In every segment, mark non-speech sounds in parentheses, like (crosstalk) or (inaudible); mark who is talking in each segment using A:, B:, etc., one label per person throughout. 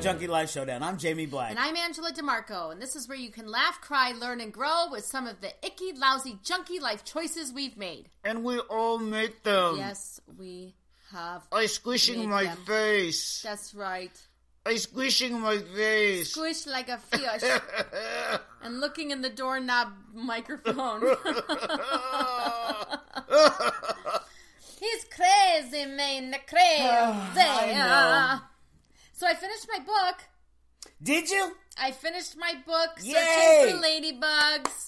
A: Junkie Life Showdown. I'm Jamie Black.
B: And I'm Angela DeMarco, and this is where you can laugh, cry, learn, and grow with some of the icky, lousy, junky life choices we've made.
A: And we all made them.
B: Yes, we have.
A: I squishing
B: Made
A: my
B: them.
A: face.
B: That's right.
A: I squishing my face.
B: Squish like
A: (laughs)
B: a fish. and looking in the doorknob microphone.
A: (laughs)
B: He's crazy, man. Crazy.
A: (sighs) I
B: So I finished my book.
A: Did you?
B: I finished my book,
A: Yay!
B: Searching for Ladybugs.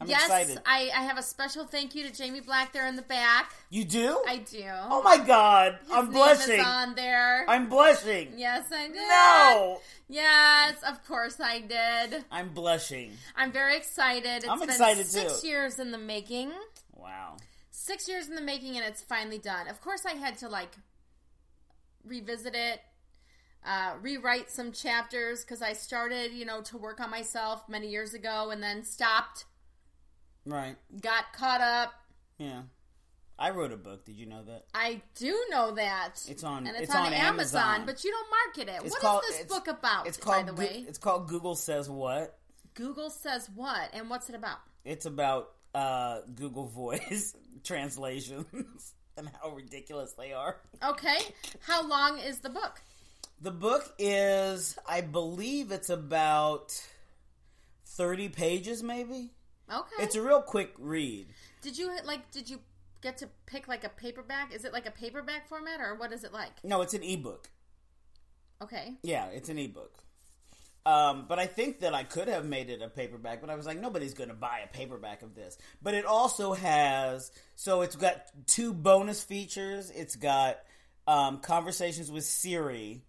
A: I'm
B: yes,
A: excited.
B: I, I have a special thank you to Jamie Black there in the back.
A: You do?
B: I do.
A: oh my god.
B: His
A: I'm
B: name
A: blushing.
B: Is on there.
A: I'm blushing.
B: yes, I did.
A: No.
B: Yes, of course I did.
A: I'm blushing.
B: I'm very excited. It's
A: I'm
B: been
A: excited,
B: six
A: too.
B: years in the making.
A: Wow.
B: Six years in the making, and it's finally done. Of course, I had to like revisit it, uh, rewrite some chapters because I started, you know, to work on myself many years ago, and then stopped,
A: Right.
B: got caught up.
A: Yeah. I wrote a book. Did you know that?
B: I do know that
A: It's on-
B: and it's,
A: it's
B: on,
A: on
B: Amazon,
A: Amazon.
B: but you don't market it. What
A: It's
B: is
A: called-
B: this
A: it's-
B: book about?
A: It's called
B: by the
A: Goo-
B: way,
A: It's called Google Says What?
B: Google says what, and what's it about?
A: It's about uh, Google Voice (laughs) translations (laughs) and how ridiculous they are.
B: Okay, how long is the book?
A: The book is, I believe, it's about thirty pages, maybe.
B: Okay,
A: It's a real quick read.
B: did you like? Did you get to pick like a paperback? Is it like a paperback format, or what is it like?
A: No, it's an ebook.
B: Okay,
A: Yeah, it's an ebook. Um, but I think that I could have made it a paperback, but I was like, nobody's going to buy a paperback of this. But it also has, so it's got two bonus features. It's got um, conversations with Siri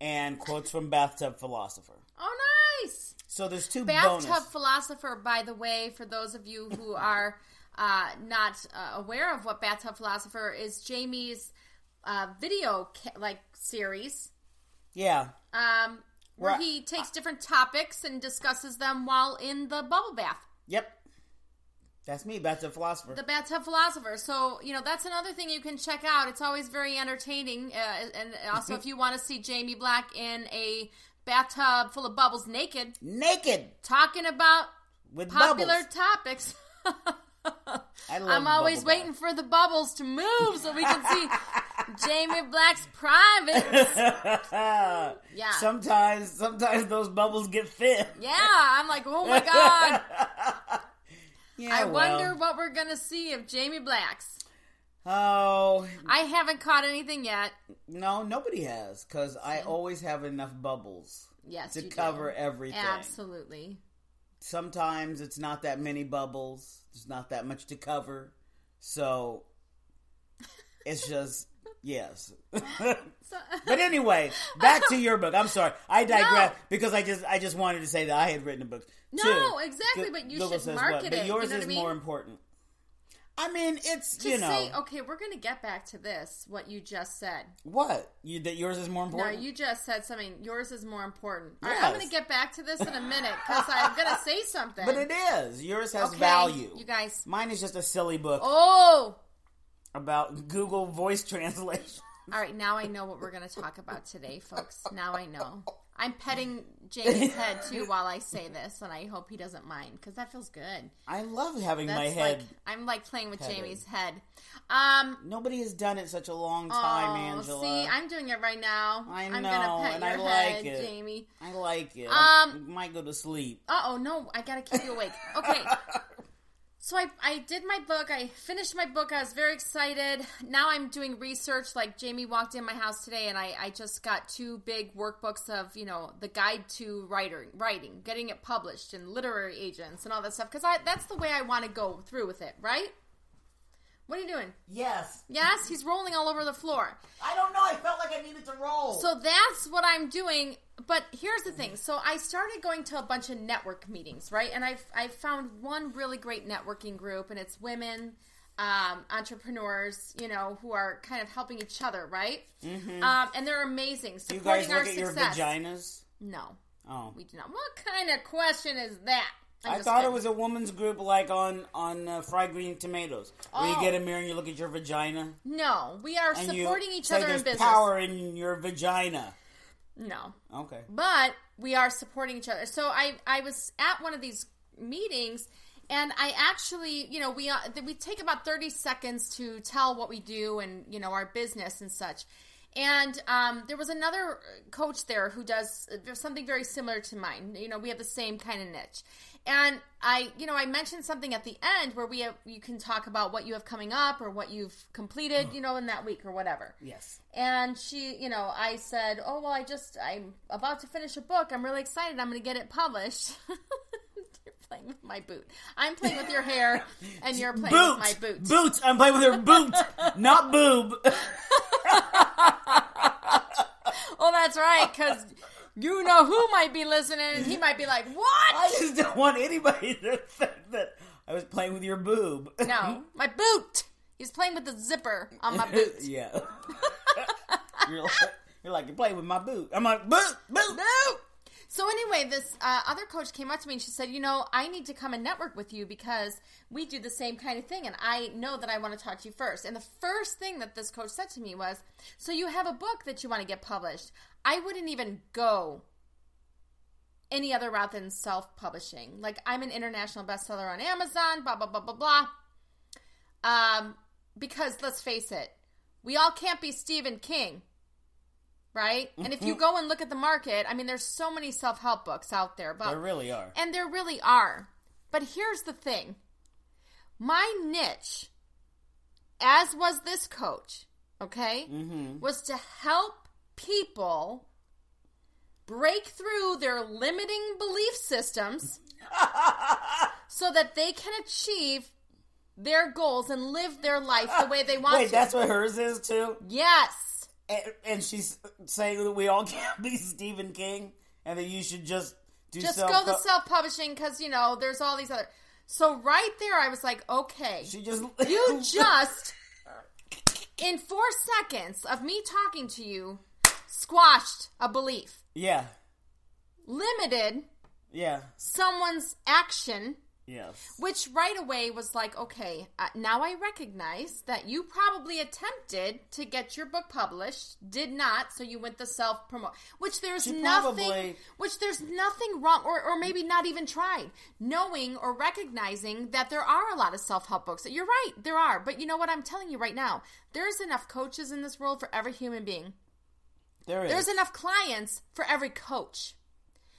A: and quotes from Bathtub Philosopher.
B: oh nice.
A: So there's two
B: Bathtub
A: bonus.
B: philosopher, by the way, for those of you
A: (laughs)
B: who are uh, not uh, aware of what bathtub philosopher is, Jamie's uh, video ca- like series.
A: Yeah,
B: um, where
A: Right.
B: he takes different topics and discusses them while in the bubble bath,
A: yep. That's me, Bathtub Philosopher.
B: the bathtub philosopher. So you know that's another thing you can check out. It's always very entertaining, uh, and
A: Mm-hmm.
B: also if you want to see Jamie Black in a bathtub full of bubbles, naked,
A: Naked
B: talking about
A: with
B: popular
A: bubbles.
B: topics.
A: I
B: (laughs)
A: love
B: I'm always
A: bubble
B: waiting for the bubbles to move so we can see Jamie Black's
A: (laughs)
B: privates.
A: bath.
B: Yeah.
A: Ah. sometimes, sometimes those bubbles get thin.
B: Yeah, I'm like, oh my god.
A: (laughs) Yeah,
B: I
A: well.
B: wonder what we're gonna see of Jamie Black's.
A: Oh
B: I haven't caught anything yet.
A: no, nobody has because I always have enough bubbles
B: Yes,
A: to
B: you do.
A: cover everything.
B: Absolutely.
A: Sometimes it's not that many bubbles. There's not that much to cover, so it's just yes.
B: (laughs) So,
A: (laughs) but anyway, back to your book. I'm sorry, I digress because I just I just wanted to say that I had written a book.
B: No,
A: too.
B: exactly,
A: Go-
B: but you
A: Google
B: should
A: says
B: market
A: what,
B: it,
A: But
B: you
A: yours
B: know
A: is
B: what I mean?
A: more important. I mean, it's
B: to
A: you know
B: say, oh okay, we're gonna get back to this. What you just said.
A: what you that yours is more
B: No,
A: important.
B: you just said something. Yours is more important. All right, I'm
A: Yes.
B: gonna get back to this in a minute
A: (laughs)
B: because I'm gonna say something.
A: But it is. Yours has
B: Okay,
A: value.
B: you guys.
A: Mine is just a silly book
B: Oh.
A: about Google voice (laughs) translation.
B: All right, now I know what we're gonna talk about today, folks. Now I know. I'm petting
A: (laughs)
B: Jamie's head too while I say this, and I hope he doesn't mind because that feels good.
A: I love having my
B: That's
A: head.
B: Like, I'm like playing with
A: petted.
B: Jamie's head. Um,
A: Nobody has done it in such a long time,
B: oh,
A: Angela.
B: See, I'm doing it right now.
A: I
B: I'm
A: know,
B: gonna pet
A: and
B: your
A: I like
B: head,
A: it.
B: Jamie.
A: I like it.
B: Um,
A: I might go to sleep.
B: Uh oh, no, I gotta keep you awake. Okay. So I, I did my book. I finished my book. I was very excited. Now I'm doing research. Like Jamie walked in my house today, and I, I just got two big workbooks of you know the guide to writing, writing, getting it published, and literary agents and all that stuff. Because I that's the way I want to go through with it. Right? What are you doing?
A: Yes.
B: Yes, he's rolling all over the floor.
A: I don't know. I felt like I needed to roll.
B: So that's what I'm doing. But here's the thing. So I started going to a bunch of network meetings, right? And I've, i found one really great networking group, and it's women um, entrepreneurs, you know, who are kind of helping each other, right? Mm-hmm. Um, and they're amazing.
A: Do you
B: Supporting
A: guys
B: our
A: look at your
B: success.
A: vaginas?
B: No,
A: Oh.
B: we do not. What kind of question is that? I'm
A: I
B: just
A: thought it
B: kidding.
A: was a woman's group like on on uh, fried green tomatoes. Where
B: Oh.
A: you get a mirror and you look at your vagina
B: No, we are
A: and
B: supporting
A: you
B: each
A: say
B: other in
A: there's
B: business.
A: power in your vagina.
B: No.
A: Okay.
B: but we are supporting each other. So I I was at one of these meetings and I actually, you know, we uh, we take about 30 seconds to tell what we do and, you know, our business and such. And um, there was another coach there who does something very similar to mine. You know, we have the same kind of niche. And I, you know, I mentioned something at the end where we have, you can talk about what you have coming up or what you've completed, you know, in that week or whatever.
A: Yes.
B: And she, you know, I said, "Oh well, I just I'm about to finish a book. I'm really excited. I'm going to get it published." (laughs) you're playing with my boot. I'm playing with your hair, and you're playing
A: Boot.
B: with my boot.
A: Boots. I'm playing with her boot,
B: (laughs)
A: not boob.
B: Oh, that's right, because you know who might be listening, and he might be like,
A: I
B: "What?
A: just don't want anybody to think that I was playing with your boob.
B: No, my boot." He's playing with the zipper
A: (laughs)
B: on my boot.
A: yeah. you're like you're like you're playing with my boot. I'm like boot boot.
B: No. So anyway, this uh, other coach came up to me and she said, "You know, I need to come and network with you because we do the same kind of thing, and I know that I want to talk to you first. And the first thing that this coach said to me was, "So you have a book that you want to get published? I wouldn't even go any other route than self-publishing. Like I'm an international bestseller on Amazon, blah blah blah blah blah. Um, because let's face it, we all can't be Stephen King." Right? And if you go and look at the market, I mean, there's so many self help books out there about
A: There really are.
B: and there really are. But here's the thing my niche, as was this coach, okay,
A: Mm-hmm.
B: was to help people break through their limiting
A: (laughs)
B: belief systems so that they can achieve their goals and live their life the
A: (laughs)
B: way they want
A: Wait,
B: to.
A: that's what hers is too.
B: yes.
A: And, and she's saying that we all can't be Stephen King, and that you should just do
B: Just
A: self-
B: go the self publishing because, you know, there's all these other. So, right there, I was like, okay.
A: She just Oh. (laughs)
B: You just, in four seconds of me talking to you, squashed a belief,
A: yeah
B: limited
A: yeah
B: someone's action,
A: yes
B: which right away was like, okay, uh, now I recognize that you probably attempted to get your book published, did not, so you went the self promote, which there's
A: She
B: nothing,
A: probably-
B: which there's nothing wrong, or, or maybe not even tried, knowing or recognizing that there are a lot of self help books. You're right, there are, but you know what? I'm telling you right now, there's enough coaches in this world for every human being.
A: there is
B: There's enough clients for every coach.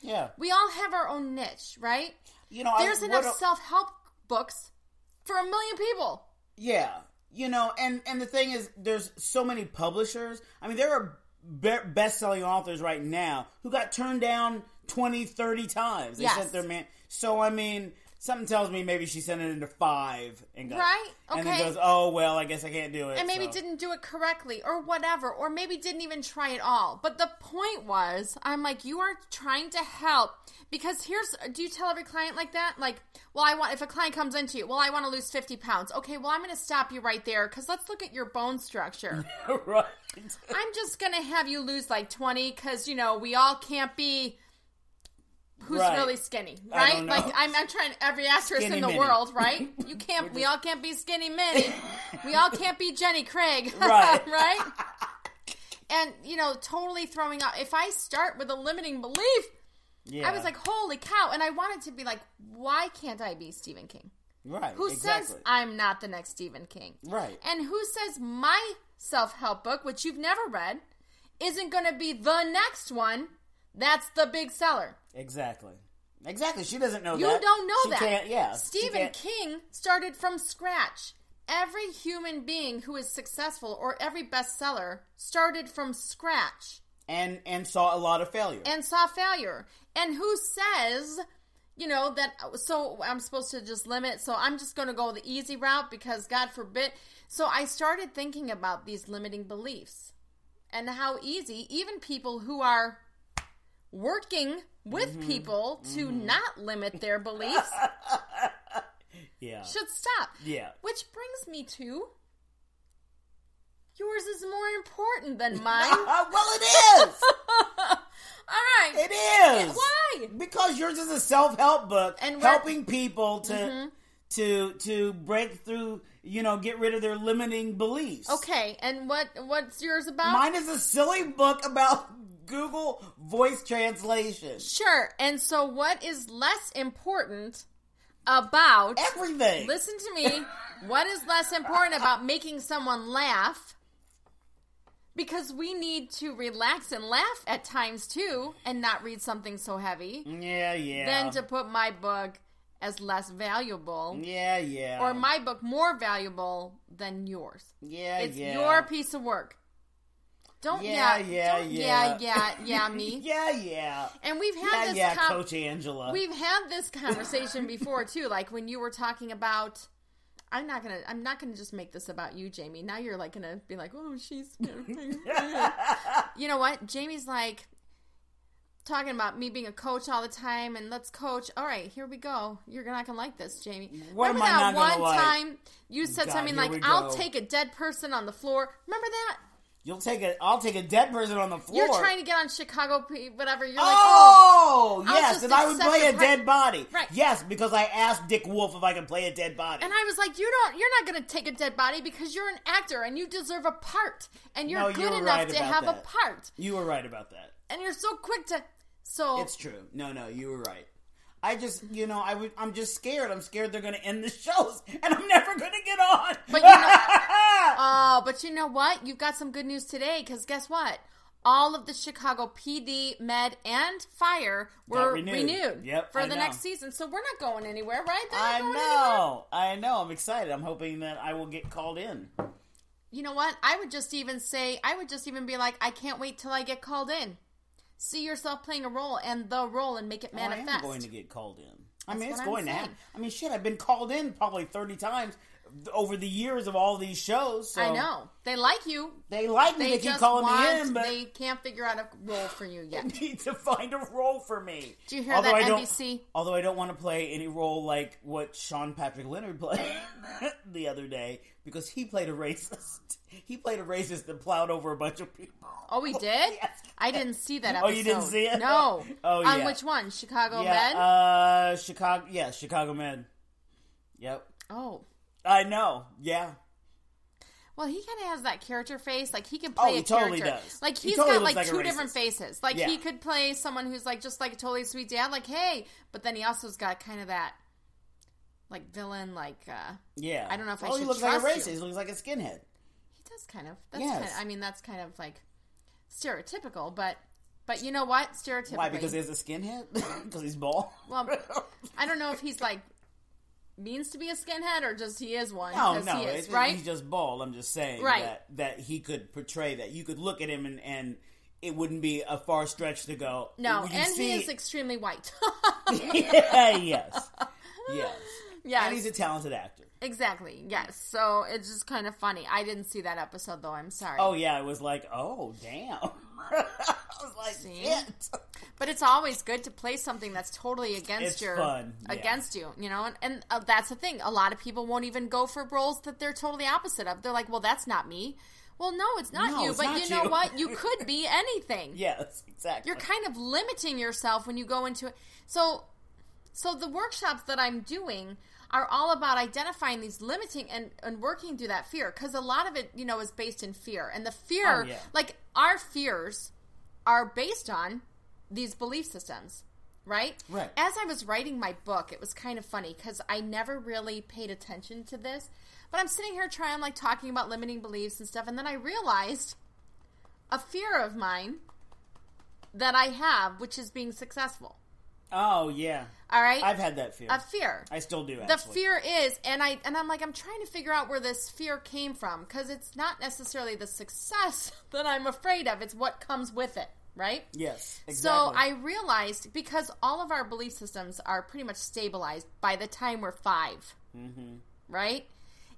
A: yeah
B: We all have our own niche, right?
A: you know I-
B: There's
A: what
B: enough
A: a-
B: self help books for a million people.
A: Yeah, you know, and and the thing is, there's so many publishers. I mean, there are be- best-selling authors right now who got turned down 20, 30 times. They
B: Yes.
A: sent their man. So I mean, something tells me maybe she sent it into five and got
B: Right,
A: and then
B: okay.
A: goes, oh well, I guess I can't do it.
B: And maybe
A: so.
B: didn't do it correctly or whatever, or maybe didn't even try at all. But the point was, I'm like, you are trying to help. Because here's do you tell every client like that? Like, well, I want, if a client comes into you, well, I want to lose 50 pounds. Okay, well, I'm going to stop you right there because let's look at your bone structure.
A: (laughs) right.
B: I'm just going to have you lose like 20 because, you know, we all can't be who's
A: Right.
B: really skinny,
A: I
B: right?
A: don't know.
B: Like, I'm, I'm trying every actress
A: Skinny
B: in the
A: Minnie.
B: world, right?
A: (laughs)
B: You can't, we all can't be skinny Minnie. we all can't be Jenny Craig, (laughs)
A: Right.
B: right? And, you know, totally throwing out. If I start with a limiting belief,
A: Yeah.
B: I was like, holy cow. And I wanted to be like, why can't I be Stephen King?
A: right.
B: Who
A: exactly.
B: says I'm not the next Stephen King?
A: Right.
B: And who says my self help book, which you've never read, isn't going to be the next one that's the big seller?
A: Exactly. Exactly. She doesn't know
B: You
A: that.
B: don't know
A: she
B: that.
A: Can't, yeah. she
B: Stephen
A: can't-
B: King started from scratch. Every human being who is successful or every bestseller started from scratch
A: and and saw a lot of failure.
B: and saw failure. And who says, you know, that so I'm supposed to just limit, so I'm just going to go the easy route because God forbid. So I started thinking about these limiting beliefs and how easy even people who are working with
A: Mm-hmm.
B: people to not limit their beliefs
A: (laughs) yeah.
B: should stop.
A: Yeah.
B: Which brings me to yours is more important than
A: (laughs)
B: mine. All
A: (laughs) well, it is.
B: right. (laughs)
A: It is.
B: Why?
A: Because yours is a self-help book
B: And we're- Mm-hmm.
A: helping people to to to break through, you know, get rid of their limiting beliefs.
B: Okay, and what what's yours about?
A: Mine is a silly book about (laughs) Google voice translation.
B: Sure. And so, what is less important about.
A: Everything.
B: Listen to me. what is less important about making someone laugh? Because we need to relax and laugh at times too and not read something so heavy.
A: Yeah, yeah.
B: Than to put my book as less valuable
A: yeah, yeah.
B: or my book more valuable than yours.
A: yeah,
B: It's
A: yeah.
B: your piece of work. Don't
A: Yeah,
B: yeah,
A: yeah,
B: don't
A: yeah.
B: yeah, yeah,
A: (laughs)
B: yeah, me.
A: Yeah, yeah.
B: And we've
A: Yeah,
B: had this
A: yeah,
B: com-
A: Coach Angela. (laughs)
B: we've had this conversation before too, like when you were talking about I'm not gonna I'm not gonna just make this about you, Jamie. Now you're like gonna be like, Oh, she's
A: (laughs)
B: You know what? Jamie's like talking about me being a coach all the time and let's coach. All right, here we go. You're not gonna like this, Jamie.
A: What
B: Remember
A: am I not
B: that
A: gonna
B: one
A: like?
B: time you said
A: God,
B: something
A: here
B: like,
A: we
B: I'll
A: go.
B: take a dead person on the floor. Remember that?
A: You'll take a. I'll take a dead person on the floor.
B: You're trying to get on Chicago, P- whatever. You're like,
A: Oh,
B: oh, I'll
A: yes,
B: just
A: and I would
B: accept
A: play
B: the
A: a
B: pre-
A: dead body.
B: Right.
A: Yes, because I asked Dick Wolf if I could play a dead body.
B: And I was like, you don't, you're not going to take a dead body because you're an actor and you deserve a part, and you're
A: No, you
B: good
A: were
B: enough
A: right
B: to
A: about
B: have
A: that.
B: a part,
A: you were right about that.
B: and you're so quick to. So
A: It's true. No, no, you were right. I just, you know, I would. I'm just scared. I'm scared they're going to end the shows, (laughs) and I'm never going to get on.
B: But you
A: (laughs)
B: know- Oh, but you know what? You've got some good news today because guess what? All of the Chicago PD, Med, and Fire were
A: renewed.
B: renewed,
A: Yep,
B: for
A: I
B: the
A: know.
B: next season. So we're not going anywhere, right? They're not
A: I
B: going anywhere.
A: know. I know. I'm excited. I'm hoping that I will get called in. Oh,
B: You know what? I would just even say, I would just even be like, I can't wait till I get called in. See yourself playing a role and the role and make it
A: Well,
B: manifest.
A: Oh, I am going to get called in. I mean, it's
B: That's what I'm
A: going to happen.
B: saying.
A: I mean, shit, I've been called in probably 30 times over the years of all these shows. So
B: I know. They like you.
A: They like me. (laughs)
B: They,
A: They, keep
B: just
A: calling
B: want,
A: me in, (laughs) but
B: they can't figure out a role for you yet.
A: (laughs) need to find a role for me.
B: Do you hear
A: although
B: that,
A: I don't,
B: NBC?
A: Although I don't want to play any role like what Sean Patrick Leonard played (laughs) the other day because he played a racist. He played a racist that plowed over a bunch of people.
B: Oh, we did?
A: Yes.
B: I didn't see that
A: Oh,
B: episode.
A: you didn't see it?
B: No.
A: (laughs) Oh,
B: On
A: yeah.
B: which one? Chicago
A: yeah,
B: Med?
A: uh, Chicago. Yeah, Chicago Men. Yep,
B: oh.
A: I know. Yeah,
B: Well, he kind of has that character face. Like, he can play
A: Oh, he
B: a
A: totally
B: character.
A: does.
B: Like,
A: He
B: he's
A: totally
B: got,
A: looks
B: like,
A: like a
B: two
A: racist.
B: different faces. Like,
A: Yeah.
B: he could play someone who's, like, just, like, a totally sweet dad. Like, hey. But then he also's got kind of that, like, villain, like, uh...
A: yeah.
B: I don't know if I
A: well, he
B: should
A: looks like a
B: trust
A: racist. He
B: you.
A: looks like a skinhead.
B: He does kind of. That's
A: Yes.
B: kind of, I mean, that's kind of like stereotypical, but but you know what? Stereotypically,
A: Why? Because he's a skinhead? (laughs) Because he's bald?
B: well,
A: (laughs)
B: I don't know if he's like means to be a skinhead or just he is one.
A: No,
B: 'cause
A: Oh, no,
B: he is,
A: it's,
B: right?
A: he's just bald. I'm just saying
B: Right.
A: that that he could portray that. You could look at him and and it wouldn't be a far stretch to go.
B: no,
A: "Well, you
B: and
A: see-
B: he is extremely white.
A: (laughs)
B: (laughs)
A: yeah, yes, yes,
B: yes,
A: and he's a talented actor.
B: exactly. Yes, so it's just kind of funny. I didn't see that episode though. I'm sorry,
A: Oh yeah, I was like, oh damn. (laughs) I was like,
B: See?
A: shit. (laughs)
B: but it's always good to play something that's totally against
A: It's
B: your
A: fun, yeah.
B: against you. You know, and, and uh, that's the thing. A lot of people won't even go for roles that they're totally opposite of. They're like, well, that's not me. Well, no, it's not
A: No,
B: you.
A: it's
B: but
A: not
B: you know
A: you.
B: what?
A: (laughs)
B: You could be anything.
A: Yes, exactly.
B: you're kind of limiting yourself when you go into it. So, so the workshops that I'm doing are all about identifying these limiting and and working through that fear because a lot of it, you know, is based in fear, and the fear,
A: Oh, yeah.
B: like our fears, are based on these belief systems. Right?
A: Right.
B: As I was writing my book, it was kind of funny because I never really paid attention to this. But I'm sitting here trying, like, talking about limiting beliefs and stuff. And then I realized a fear of mine that I have, which is being successful.
A: oh yeah,
B: All right?
A: I've had that fear.
B: a fear.
A: I still do.
B: the
A: Actually.
B: fear is, and I and I'm like, I'm trying to figure out where this fear came from because it's not necessarily the success (laughs) that I'm afraid of; it's what comes with it, right?
A: Yes,
B: So
A: exactly.
B: I realized because all of our belief systems are pretty much stabilized by the time we're 5 mm-hmm. right?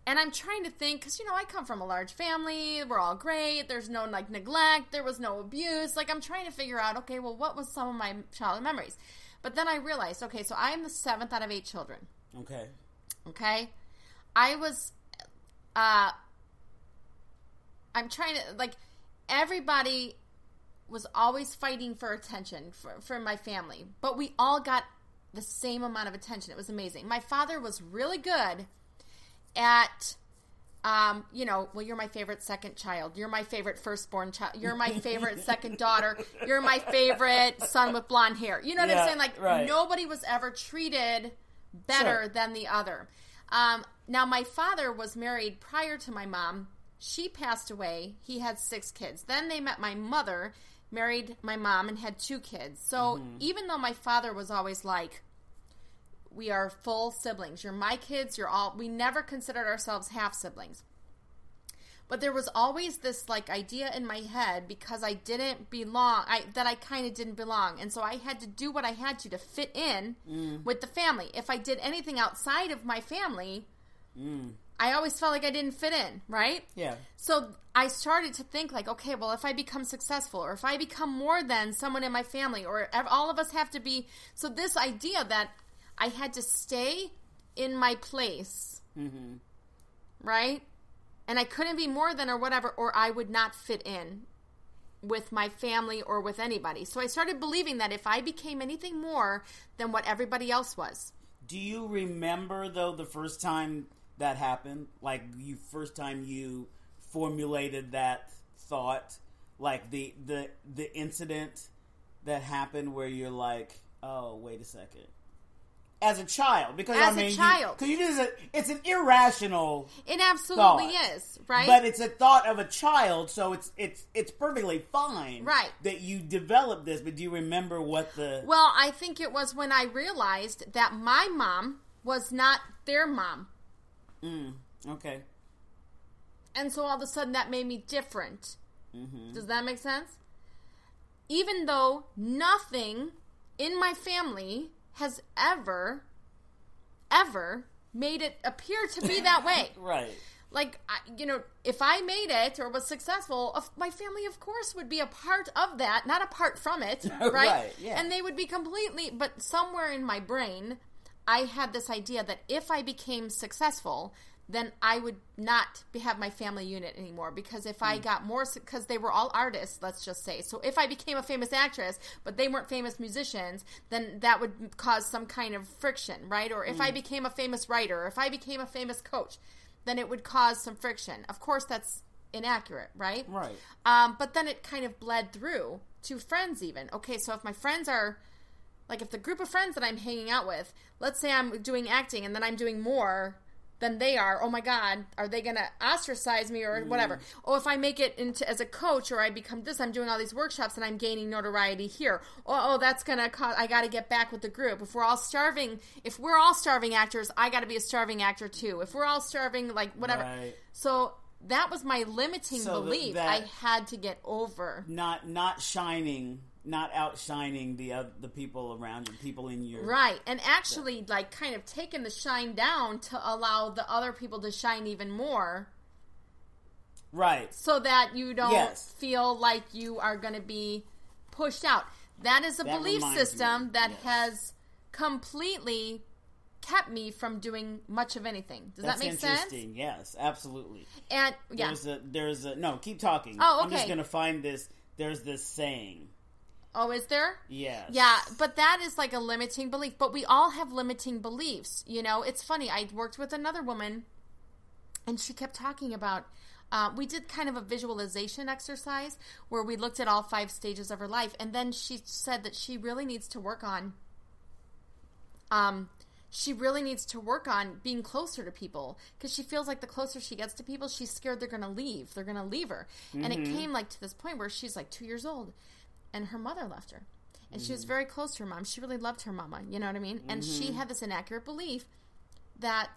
B: And I'm trying to think because you know I come from a large family. We're all great. There's no like neglect. There was no abuse. Like I'm trying to figure out, okay, well, what was some of my childhood memories? But then I realized, okay, so I'm the seventh out of eight children.
A: okay.
B: Okay, I was, uh, I'm trying to like everybody was always fighting for attention for, for my family, but we all got the same amount of attention. It was amazing. My father was really good at um, you know, well, you're my favorite second child. You're my favorite firstborn child. You're my favorite
A: (laughs)
B: second daughter. You're my favorite son with blonde hair. You know what
A: Yeah,
B: I'm saying? Like,
A: right.
B: nobody was ever treated better
A: Sure.
B: than the other. Um, now, my father was married prior to my mom. She passed away. He had six kids. Then they met my mother, married my mom, and had two kids. So even though my father was always like, we are full siblings. You're my kids. You're all. We never considered ourselves half siblings. But there was always this like idea in my head because I didn't belong. I that I kind of didn't belong, and so I had to do what I had to to fit in with the family. If I did anything outside of my family, I always felt like I didn't fit in. Right.
A: Yeah.
B: So I started to think like, okay, well, if I become successful, or if I become more than someone in my family, or ev- all of us have to be. So this idea that I had to stay in my place, right, and I couldn't be more than or whatever, or I would not fit in with my family or with anybody. So I started believing that if I became anything more than what everybody else was,
A: Do you remember though the first time that happened? Like you first time you formulated that thought, like the the the incident that happened where you're like, "Oh, wait a second. As a child, because
B: As
A: I
B: a
A: mean, you-
B: child.
A: 'cause you, just it's an irrational
B: it absolutely
A: Thought.
B: is, right?
A: But it's a thought of a child, so it's it's it's perfectly fine,
B: Right.
A: That you developed this, but do you remember what the
B: Well, I think it was when I realized that my mom was not their mom.
A: okay?
B: And so all of a sudden that made me different. Does that make sense? Even though nothing in my family has ever, ever made it appear to be that way.
A: Right,
B: like I, you know if i made it or was successful of my family of course would be a part of that not apart from it right,
A: Right, yeah.
B: and they would be completely but somewhere in my brain i had this idea that if i became successful then i would not be, have my family unit anymore because if i got more because they were all artists let's just say so if i became a famous actress but they weren't famous musicians then that would cause some kind of friction right or if i became a famous writer or if i became a famous coach then it would cause some friction. Of course, that's inaccurate, right?
A: right,
B: Um, but then it kind of bled through to friends, even. Okay, so if my friends are, like, if the group of friends that I'm hanging out with, let's say I'm doing acting and then I'm doing more than they are, oh my God, are they going to ostracize me or whatever? Oh, if I make it into as a coach or I become this, I'm doing all these workshops and I'm gaining notoriety here. Oh, oh that's going to cause, I got to get back with the group. If we're all starving, if we're all starving actors, I got to be a starving actor too. If we're all starving, like, whatever.
A: right.
B: So that was my limiting
A: So th-
B: belief
A: that-
B: I had to get over.
A: Not not shining, not outshining the oth- the people around you, people in your
B: Right. And actually, like, kind of taking the shine down to allow the other people to shine even more
A: right.
B: so that you don't
A: Yes.
B: feel like you are going to be pushed out. That is a
A: That
B: belief
A: reminds me,
B: system that
A: yes.
B: has completely kept me from doing much of anything. Does
A: That's
B: that make sense?
A: interesting. Yes, absolutely.
B: And yeah.
A: There's a there's a no. Keep talking.
B: Oh,
A: I'm just
B: okay.
A: gonna find this. There's this saying.
B: oh, is there?
A: Yes.
B: Yeah, but that is like a limiting belief. But we all have limiting beliefs. You know, it's funny. I worked with another woman, and she kept talking about. Uh, we did kind of a visualization exercise where we looked at all five stages of her life, and then she said that she really needs to work on. Um, she really needs to work on being closer to people because she feels like the closer she gets to people, she's scared they're going to leave. They're going to leave her, and it came like to this point where she's like two years old, and her mother left her. And she was very close to her mom. She really loved her mama. You know what I mean? And she had this inaccurate belief that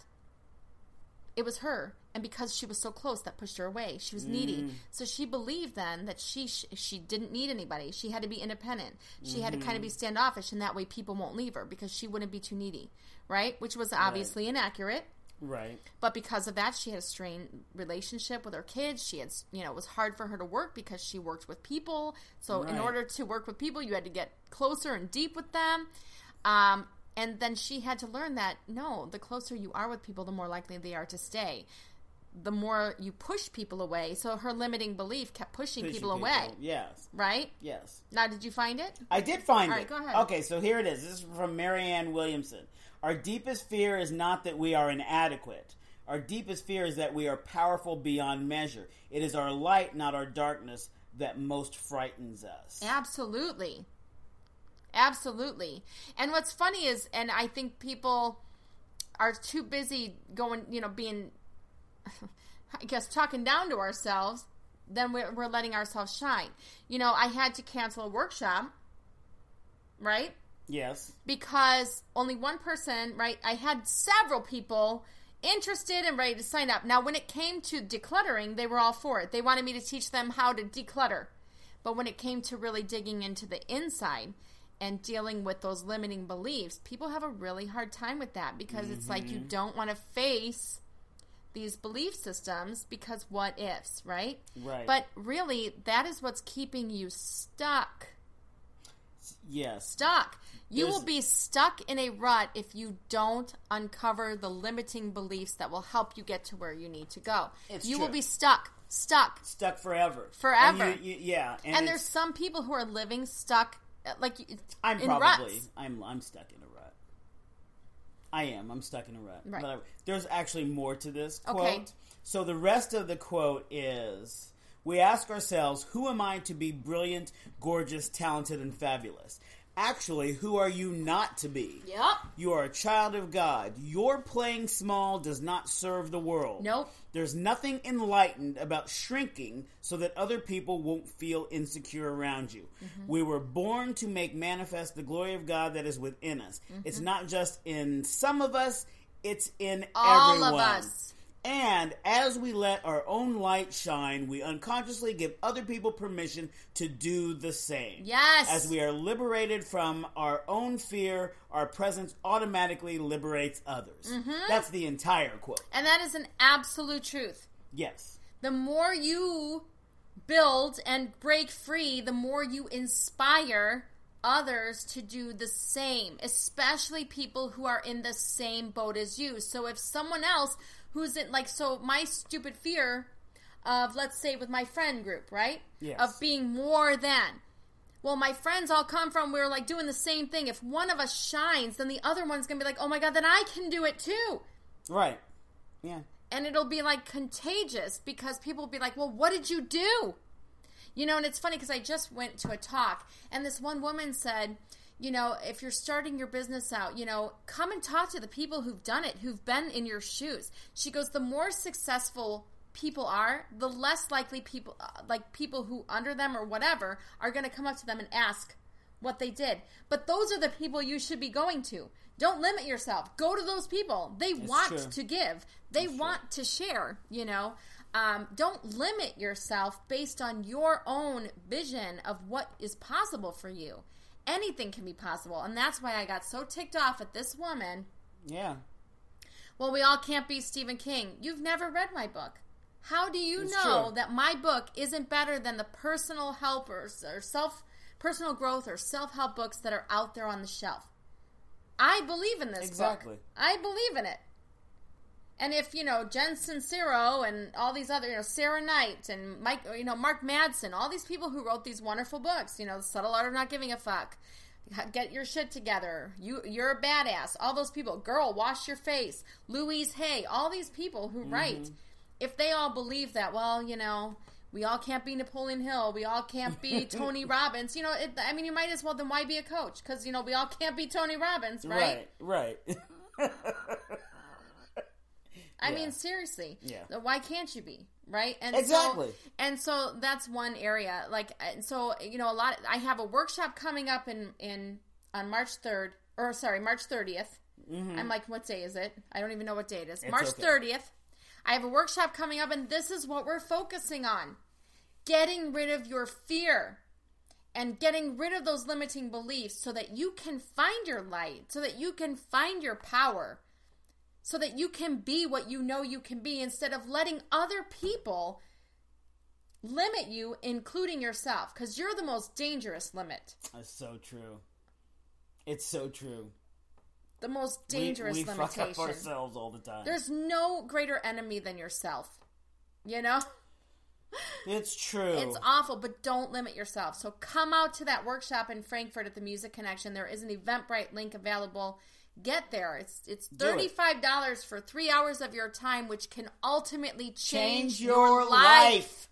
B: it was her. And because she was so close, that pushed her away. She was needy. So she believed then that she sh- she didn't need anybody. She had to be independent. She had to kind of be standoffish, and that way people won't leave her because she wouldn't be too needy, right? Which was obviously inaccurate.
A: Right.
B: But because of that, she had a strained relationship with her kids. She had, you know, it was hard for her to work because she worked with people. So in
A: Right.
B: order to work with people, you had to get closer and deep with them. Um, and then she had to learn that no, the closer you are with people, the more likely they are to stay. The more you push people away. So her limiting belief kept pushing,
A: Pushing
B: people, away,
A: Yes.
B: right?
A: Yes.
B: Now, did you find it?
A: I did find
B: All
A: it.
B: right, go ahead.
A: Okay, so here it is. This is from Marianne Williamson. Our deepest fear is not that we are inadequate. Our deepest fear is that we are powerful beyond measure. It is our light, not our darkness, that most frightens us.
B: Absolutely. Absolutely. And what's funny is, and I think people are too busy going, you know, being, (laughs) I guess, talking down to ourselves, then we're, we're letting ourselves shine. You know, I had to cancel a workshop, right?
A: Yes.
B: Because only one person, right? I had several people interested and ready to sign up. Now, when it came to decluttering, they were all for it. They wanted me to teach them how to declutter. But when it came to really digging into the inside and dealing with those limiting beliefs, people have a really hard time with that because it's like you don't want to face these belief systems because what ifs, right?
A: Right.
B: But really, that is what's keeping you stuck.
A: yes.
B: Stuck. You
A: There's-
B: will be stuck in a rut if you don't uncover the limiting beliefs that will help you get to where you need to go.
A: It's
B: you
A: true.
B: will be stuck. Stuck.
A: Stuck forever.
B: Forever.
A: And you- you- yeah. And,
B: And
A: it's-
B: there's some people who are living stuck, uh, like you-
A: I'm
B: in
A: probably
B: ruts.
A: I'm I'm stuck in a rut. I am. I'm stuck in a rut.
B: Right.
A: But I- there's actually more to this quote.
B: Okay.
A: So the rest of the quote is we ask ourselves, who am I to be brilliant, gorgeous, talented, and fabulous? Actually, who are you not to be?
B: Yep.
A: You are a child of God. Your playing small does not serve the world.
B: Nope.
A: There's nothing enlightened about shrinking so that other people won't feel insecure around you.
B: Mm-hmm.
A: We were born to make manifest the glory of God that is within us.
B: Mm-hmm.
A: It's not just in some of us, it's in
B: All of
A: everyone.
B: us.
A: And as we let our own light shine, we unconsciously give other people permission to do the same.
B: Yes.
A: As we are liberated from our own fear, our presence automatically liberates others.
B: Mm-hmm.
A: That's the entire quote.
B: And that is an absolute truth.
A: Yes.
B: The more you build and break free, the more you inspire others to do the same, especially people who are in the same boat as you. So if someone else who's in, like, so my stupid fear of, let's say, with my friend group, right?
A: Yes.
B: Of being more than. Well, my friends all come from, we are like doing the same thing. If one of us shines, then the other one's going to be like, oh my God, then I can do it too
A: Right. Yeah.
B: and it'll be like contagious because people will be like, "Well, what did you do?" You know, and it's funny because I just went to a talk and this one woman said, "You know, if you're starting your business out, you know, come and talk to the people who've done it, who've been in your shoes." She goes, "The more successful people are, the less likely people uh, like people who under them or whatever are going to come up to them and ask what they did. But those are the people you should be going to. Don't limit yourself. Go to those people. They want
A: true.
B: to give. They want to share, you know. Um, don't limit yourself based on your own vision of what is possible for you. Anything can be possible. And that's why I got so ticked off at this woman.
A: Yeah.
B: Well, we all can't be Stephen King. You've never read my book. How do you
A: It's
B: know
A: true.
B: that my book isn't better than the personal helpers or self personal growth or self help books that are out there on the shelf? I believe in this
A: Exactly.
B: book. I believe in it. And if you know Jen Sincero and all these other, you know Sarah Knight and Mike, you know Mark Madsen, all these people who wrote these wonderful books, you know The Subtle Art of Not Giving a Fuck, Get Your Shit Together, You You're a Badass, all those people, Girl, Wash Your Face, Louise Hay, all these people who write, if they all believe that, well, you know we all can't be Napoleon Hill, we all can't
A: (laughs)
B: be Tony Robbins, you know, it, I mean you might as well then why be a coach because you know we all can't be Tony Robbins, right?
A: Right. right. (laughs)
B: I
A: Yeah.
B: mean, seriously.
A: Yeah.
B: Uh, Why can't you be right? And
A: Exactly.
B: So, and so that's one area. Like, and so you know, a lot. I have a workshop coming up in in on March third, or sorry, March 30th I'm like, what day is it? I don't even know what day it is. March
A: Mm. okay.
B: thirtieth. I have a workshop coming up, and this is what we're focusing on: getting rid of your fear and getting rid of those limiting beliefs so that you can find your light, so that you can find your power, so that you can be what you know you can be instead of letting other people limit you, including yourself, because you're the most dangerous limit.
A: That's so true. It's so true.
B: The most
A: We-
B: dangerous
A: we,
B: limitation.
A: fuck up ourselves all the time.
B: There's no greater enemy than yourself. You know?
A: it's true.
B: It's awful, but don't limit yourself. So come out to that workshop in Frankfurt at the Music Connection. There is an Eventbrite link available. get there. It's it's
A: Do
B: thirty
A: it.
B: five dollars for three hours of your time, which can ultimately change,
A: Change your life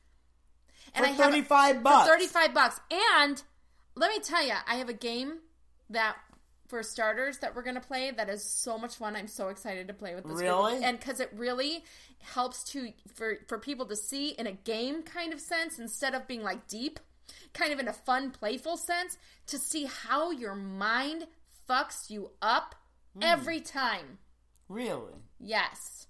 B: And
A: for
B: I have a-
A: thirty five bucks.
B: Thirty five bucks. And let me tell you, I have a game that for starters that we're gonna play that is so much fun. I'm so excited to play with this. group.
A: Really?
B: and because it really helps to for for people to see in a game kind of sense instead of being like deep, kind of in a fun, playful sense to see how your mind fucks you up
A: Hmm.
B: every time.
A: Really?
B: Yes.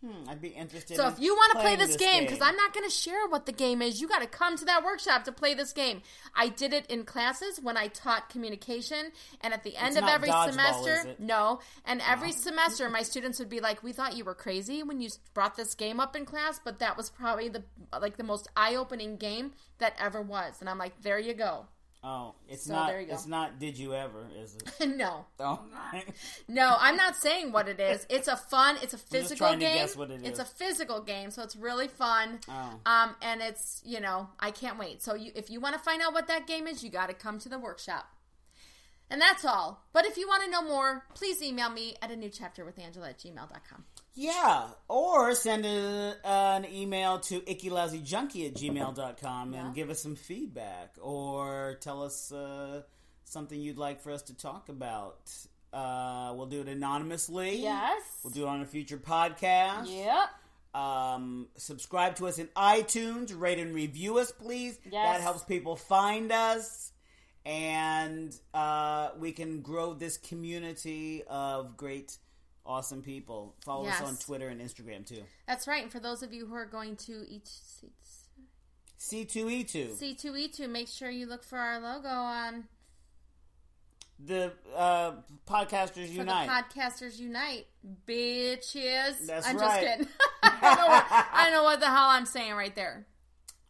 A: Hmm, I'd be interested.
B: So
A: in
B: if you want to play
A: playing
B: this game, because I'm not going to share what the game is, you got to come to that workshop to play this game. I did it in classes when I taught communication, and at the end
A: It's
B: of
A: not
B: every
A: dodgeball, is
B: semester,
A: it?
B: no, and every semester my students would be like, "We thought you were crazy when you brought this game up in class, but that was probably the like the most eye-opening game that ever was." And I'm like, "There you go." (laughs)
A: Oh, it's
B: So
A: not.
B: there you go.
A: It's not. Did you ever? Is
B: (laughs)
A: it?
B: no,
A: Oh,
B: no, I'm not saying what it is. It's a fun, it's a physical
A: trying to
B: game.
A: guess what it is.
B: It's a physical game, so it's really fun.
A: oh.
B: Um, and it's you know I can't wait. So you, if you want to find out what that game is, you got to come to the workshop. And that's all. But if you want to know more, please email me at a new chapter with Angela at gmail.com.
A: (laughs) Yeah, or send a, an email to ickylousyjunkie at gmail.com and
B: Yeah.
A: give us some feedback or tell us uh, something you'd like for us to talk about. Uh, we'll do it anonymously. We'll do it on a future podcast.
B: Yep.
A: Um, subscribe to us in iTunes. Rate and review us, please.
B: Yes.
A: That helps people find us. And uh, we can grow this community of great, awesome people. Follow
B: Yes.
A: us on Twitter and Instagram, too.
B: That's right. And for those of you who are going to each
A: C2E2.
B: C2E2, make sure you look for our logo on
A: the uh, Podcasters
B: for
A: Unite.
B: the Podcasters Unite. Bitches.
A: That's
B: I'm just
A: right. (laughs)
B: kidding. (laughs) I, don't know what, I don't know what the hell I'm saying right there.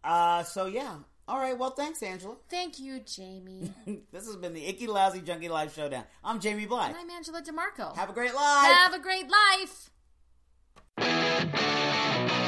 A: uh, so, yeah. All right. Well, thanks, Angela. (laughs)
B: Thank you, Jamie.
A: this has been the Icky Lousy Junkie Life Showdown. I'm Jamie Blythe.
B: and I'm Angela DeMarco.
A: Have a great life.
B: Have a great life.